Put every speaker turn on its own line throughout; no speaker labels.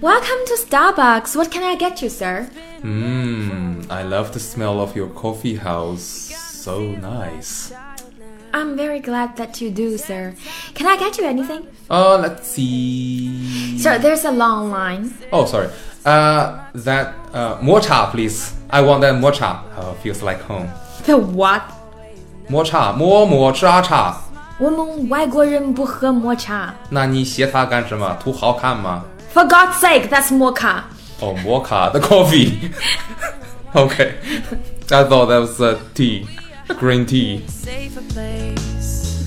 Welcome to Starbucks. What can I get you, sir?
Mmm, I love the smell of your coffee house. So nice.
I'm very glad that you do, sir. Can I get you anything?
Uh, let's see.
Sir, there's a long line.
Oh, sorry. Uh, that uh, mocha, please. I want that mocha. Oh, feels like home.
The what?
抹茶，摸抹渣茶。
我们外国人不喝抹茶。
那你写它干什么？图好看吗？
For God's sake, that's mocha.
哦，摩卡 the coffee。okay, I thought that was a tea, green tea.
safer place.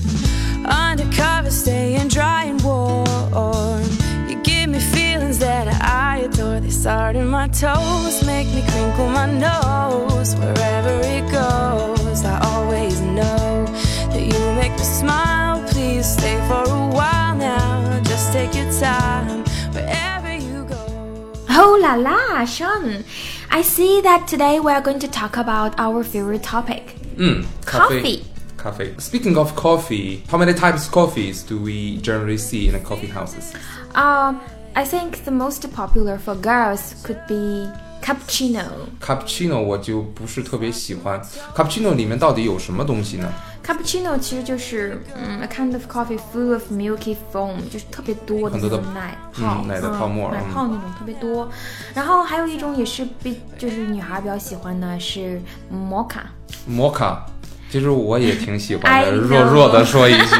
Undercover, staying dry and warm. You give me feelings that I adore. They start in my toes, make me crinkle my nose. Wherever it goes, I always know that you make me smile. Please stay for a while now. Just take your time wherever you go.
Oh la la, Sean. I see that today we are going to talk about our favorite topic.
嗯，咖啡。
Coffee.
咖啡。Speaking of coffee, how many types of coffees do we generally see in the coffee houses?
Um, I think the most popular for girls could be cappuccino.
Cappuccino 我就不是特别喜欢。Cappuccino 里面到底有什么东西呢？
Cappuccino 其实就是嗯，a kind of coffee full of milky foam，就是特别多的
很
那
多的
种奶泡，
嗯奶的泡沫
嗯奶
嗯
泡那种特别多。然后还有一种也是比就是女孩比较喜欢的是摩卡。
Mocha，其实我也挺喜欢
I
的，
know
弱弱的说一句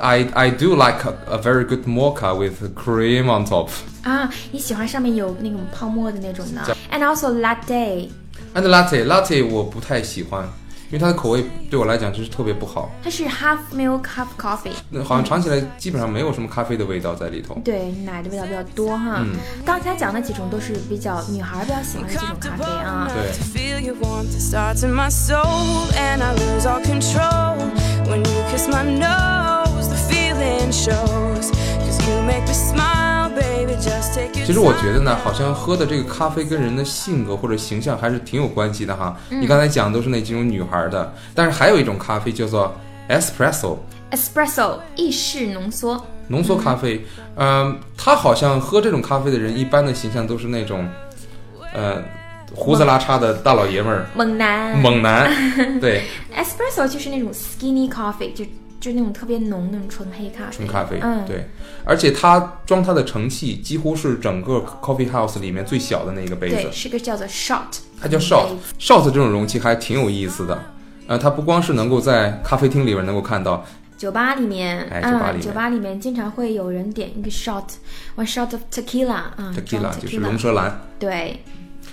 ，I I do like a, a very good mocha with cream on top
啊，你喜欢上面有那种泡沫的那种呢
叫
？And also latte，
and latte latte 我不太喜欢，因为它的口味对我来讲就是特别不好，
它是 half milk half coffee，
那好像尝起来基本上没有什么咖啡的味道在里头。
对，奶的味道比较多哈。
嗯
刚才讲的几种都是比较女孩比较喜欢的几种咖啡
comfortable
啊。
enough
Okay.
to feel your warmth it starts in my soul and i lose all control when you kiss my nose the feeling shows cause you make me smile baby just take your
其实我觉得呢，好像喝的这个咖啡跟人的性格或者形象还是挺有关系的哈。你刚才讲的都是那几种女孩的，但是还有一种咖啡叫做 espresso，
Espresso 意式浓缩。
浓缩咖啡，嗯、他好像喝这种咖啡的人，一般的形象都是那种，呃，胡子拉碴的大老爷们儿，
猛男，
猛男，对，
Espresso 就是那种 skinny coffee，就就那种特别浓那种纯黑咖啡。
纯咖啡，
嗯，。
对，而且他装他的盛器几乎是整个 coffee house 里面最小的那个杯子
对，，是个叫做 shot，
它叫
杯
shot shot 这种容器还挺有意思的，呃，它不光是能够在咖啡厅里面能够看到，
酒吧里面，
哎酒吧里
嗯，
面
酒吧里面经常会有人点一个 shot，one shot of tequila，啊
tequila 就是龙
tequila，
舌兰，
对，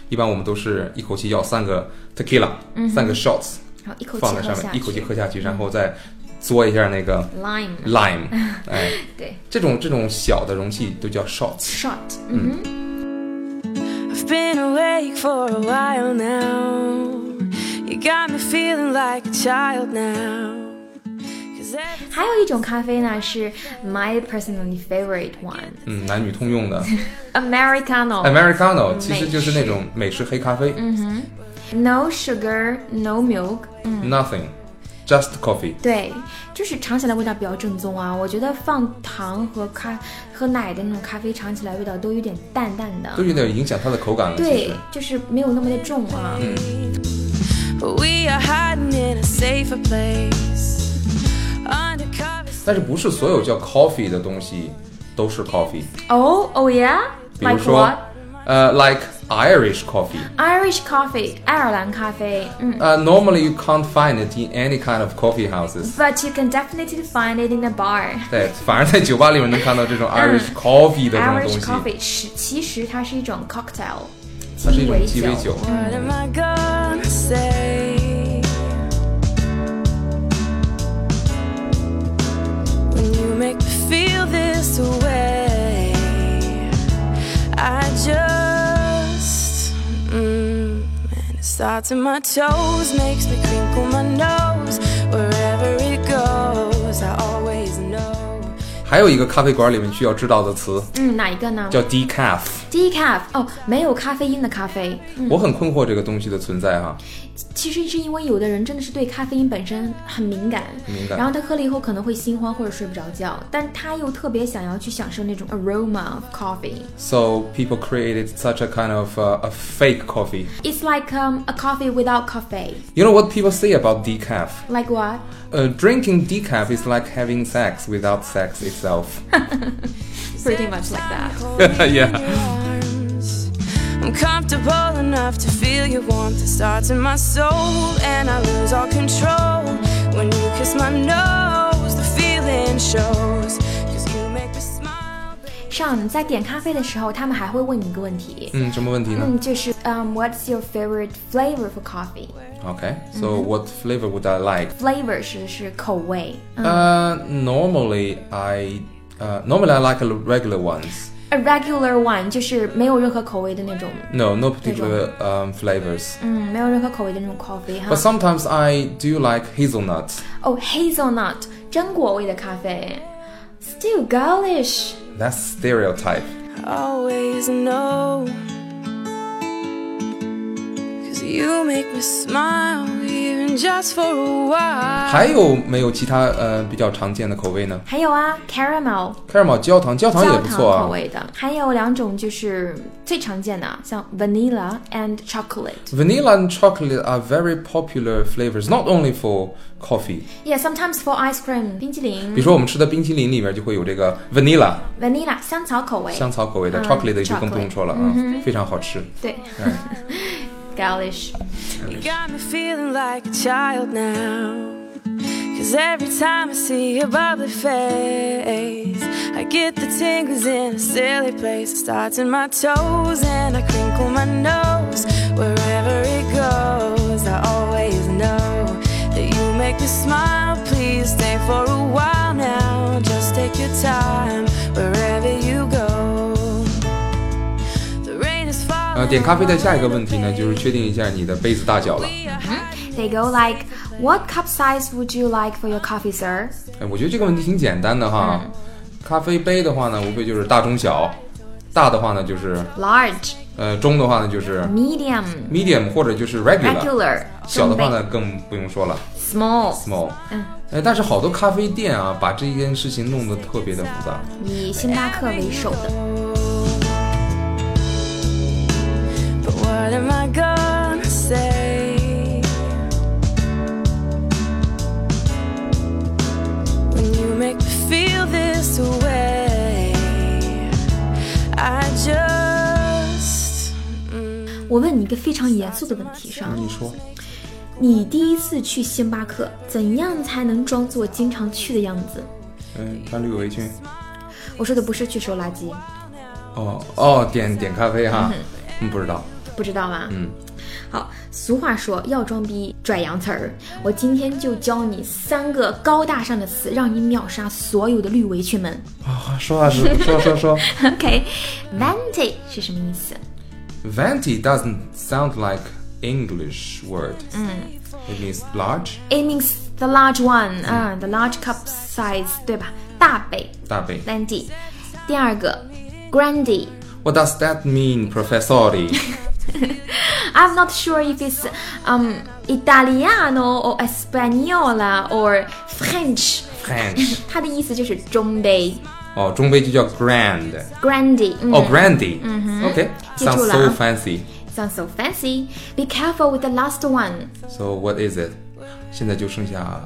一般我们都是一口气要三个 tequila，、三个 shots
然后嗯一口气
放在
喝
上
下
面，
去，嗯
一口气喝下去，然后再嘬一下那个
lime，
lime，哎，
对
这种这种小的容器都叫 shot。
shot，嗯哼，
I've been awake for a while now. You got me feeling like a child now. Cause every
还有一种咖啡呢是 my personally favorite
嗯，男女通 用的
one，Americano。嗯
Americano 其实就是那种美式黑咖啡、
No sugar, no milk，
n o t h i n g j u s t coffee。
对，就是尝起来味道比较正宗啊。我觉得放糖和咖和奶的那种咖啡尝起来味道都有点淡淡
都
的，
有点影响它的口感了。其
对
实，嗯
就是没有那么的重啊。
But we are hiding in a safer place. Undercover.
但是不是所有叫 coffee 的东西都是 coffee？
哦哦呀
比如
，like
说
what？
呃、l i k e Irish coffee，
Irish coffee，爱尔兰咖啡，嗯
呃、n o r m a l l y you can't find it in any kind of coffee houses。
，but you can definitely find it in a bar。
对，反而在酒吧里面能看到这种 Irish coffee 的这种
Irish
东西，
coffee 是其实它是一种 cocktail，
它是一
鸡
种
尾
鸡尾酒。
What am I gonna say? When you make me feel this way, I just. Mm, and it starts in my toes, makes me crinkle my nose. Wherever it goes, I always know.
还有一个咖啡馆里面需要知道的词
嗯，哪一个呢
叫 decaf，
？decaf，哦，没有咖啡因的咖啡。
我很困惑这个东西的存在哈、
其实是因为有的人真的是对咖啡因本身很敏感，
敏
然
感。
后他喝了以后可能会心慌或者睡不着觉，但他又特别想要去享受那种 aroma of coffee。
So people created such a kind of uh, a fake coffee.
It's like um, a coffee without coffee.
You know what people say about decaf?
Like what?
Uh, drinking decaf is like having sex without sex itself.
Pretty much like that.
Yeah.
I'm comfortable enough to feel your warmth that starts in my soul, and I lose all control when you kiss my nose. The feeling shows, cause you make me smile. baby.
上你在点咖啡的时候，他们还会问你一个问题，
嗯，什么问题呢、
嗯，就是嗯、w h a t s your favorite flavor for coffee？
o k so
Mm-hmm.
what flavor would I like?
flavor 是是口味、嗯
Uh, normally I uh, normally I like the regular ones.
a regular one 就是没有任何口味的那种，
No, no particular um, flavors.
嗯，没有任何口味的那种 coffee 哈
But。sometimes I do like hazelnuts.
哦、h a z e l n u t 榛果味的咖啡，still girlish。
That's stereotype.
Always know, cause you make me smile, even just for a
Uh.
while.
还有没有其他呃比较常见的口味呢
还有啊，caramel
？caramel 焦糖，焦糖也
焦
不
糖口
错啊。
味的，还有两种就是最常见的，像 vanilla and chocolate。
Vanilla and chocolate are very popular flavors, not only for coffee.
Yeah, sometimes for ice cream 冰激凌。
比如说我们吃的冰淇淋里面就会有这个 vanilla
vanilla 香草口味，
香草口味的
嗯
chocolate 就更不用
chocolate Mm-hmm。
说了啊，非常好吃。
对
嗯
，girlish。
You got me feeling like a child now. Cause every time I see your bubbly face, I get the tingles in a silly place. It starts in my toes and I crinkle my nose. Wherever it goes, I always know that you make me smile. Please stay for a while now. Just take your time wherever you go. The rain is falling.
呃，点咖啡的下一个问题呢，就是确定一下你的杯子大小了。
We are hiding
They go like, what cup size would you like for your coffee, sir?
哎，我觉得这个问题挺简单的哈。咖啡杯的话呢，无非就是大中小，大的话呢就是
Large,
呃中的话呢就是
medium,
medium 或者就是 regular，
regular,
小的
中
话
杯
呢更不用说了
small。
small。
嗯，
哎，但是好多咖啡店啊，把这件事情弄得特别的复杂。
以星巴克为首的。
But what am I gonna say? When you make me feel this way, I just. mm,
我问你一个非常严肃的问题上，
你说，
你第一次去星巴克，怎样才能装作经常去的样子？
嗯，穿绿围裙。
我说的不是去收垃圾，
哦哦，点点咖啡哈，嗯，不知道。
不知道吗？
嗯。
好，俗话说要装逼拽洋词儿，我今天就教你三个高大上的词，让你秒杀所有的绿围裙们。
啊，说啊，说说说说。
OK，vanity、是什么意思？
Venti doesn't sound like English word. It means large,
It means the large one，啊、t h e large cup size，对吧？大杯
大杯。
，Landy。第二个，Grandy。
What does that mean, Professori?
I'm not sure if it's um Italiano or Española or French。
French. Oh,
它的意思就是中杯
哦，中杯就叫 grand.
Mm. ，Grandy。嗯、
Oh, grandy. Okay, sounds so
记住了啊。
fancy.
Sounds so fancy. Be careful with the last one，
So what is it? 现在就剩下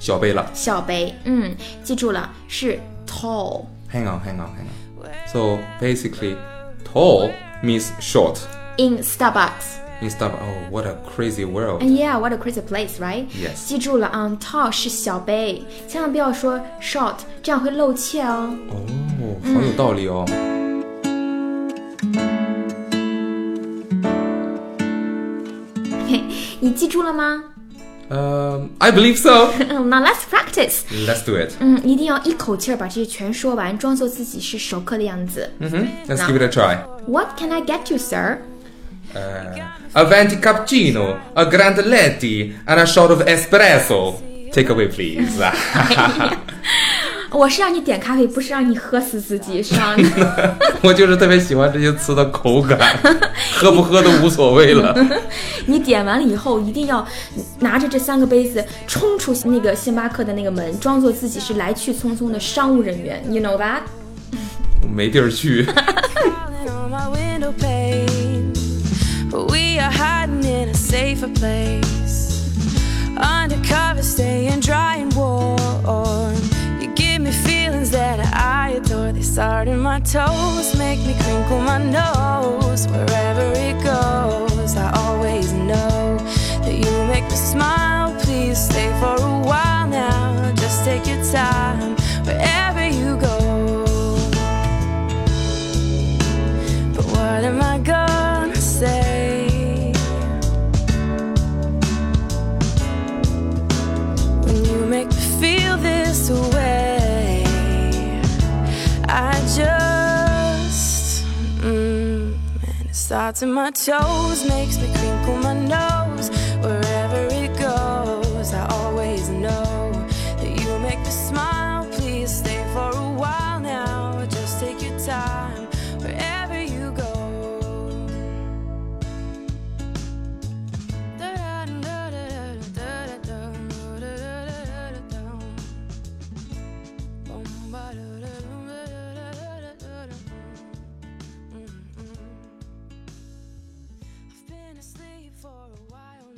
小杯了。
小杯。嗯，记住了，是 tall。
Hang on, hang on, hang on. So basically, tall means short.
In Starbucks.
In stuff, oh, what a crazy world.
And yeah, what a crazy place, right?
Yes.
记住了啊，tall 是小杯，千万不要说 short，这样会露怯哦。
Oh, 哦，好有道理哦。
嘿，你记住了吗
Um, I believe so.
？Now let's practice.
Let's do it.
嗯，一定要一口气儿把这些全说完，装作自己是熟客的样子。
Mhm, Let's give it a try.
What can I get you, sir?
Uh, a venti cappuccino, a grande latte, and a shot of espresso. Take away, please.
我是让你点咖啡，不是让你喝死自己，是让你
我就是特别喜欢这些词的口感，喝不喝都无所谓了。
你点完了以后，一定要拿着这三个杯子冲出那个星巴克的那个门，装作自己是来去匆匆的商务人员，you know that？
我没地儿去，
Calling on my window pane, but we are hiding in a safer place. Undercover, staying dry and warm. You give me feelings that I adore. They start in my toes, make me crinkle my nose. Wherever it goes, I always know that you make me smile. Please stay for a while now. Just take your time wherever you go. But what am I gonna say when you make me feel this way? I just mm, and it starts in my toes, makes me crinkle my nose. Wherever it goes, I always know that you make me smile. Please stay for a while now. Just take your time wherever you go. I've been asleep for a while now.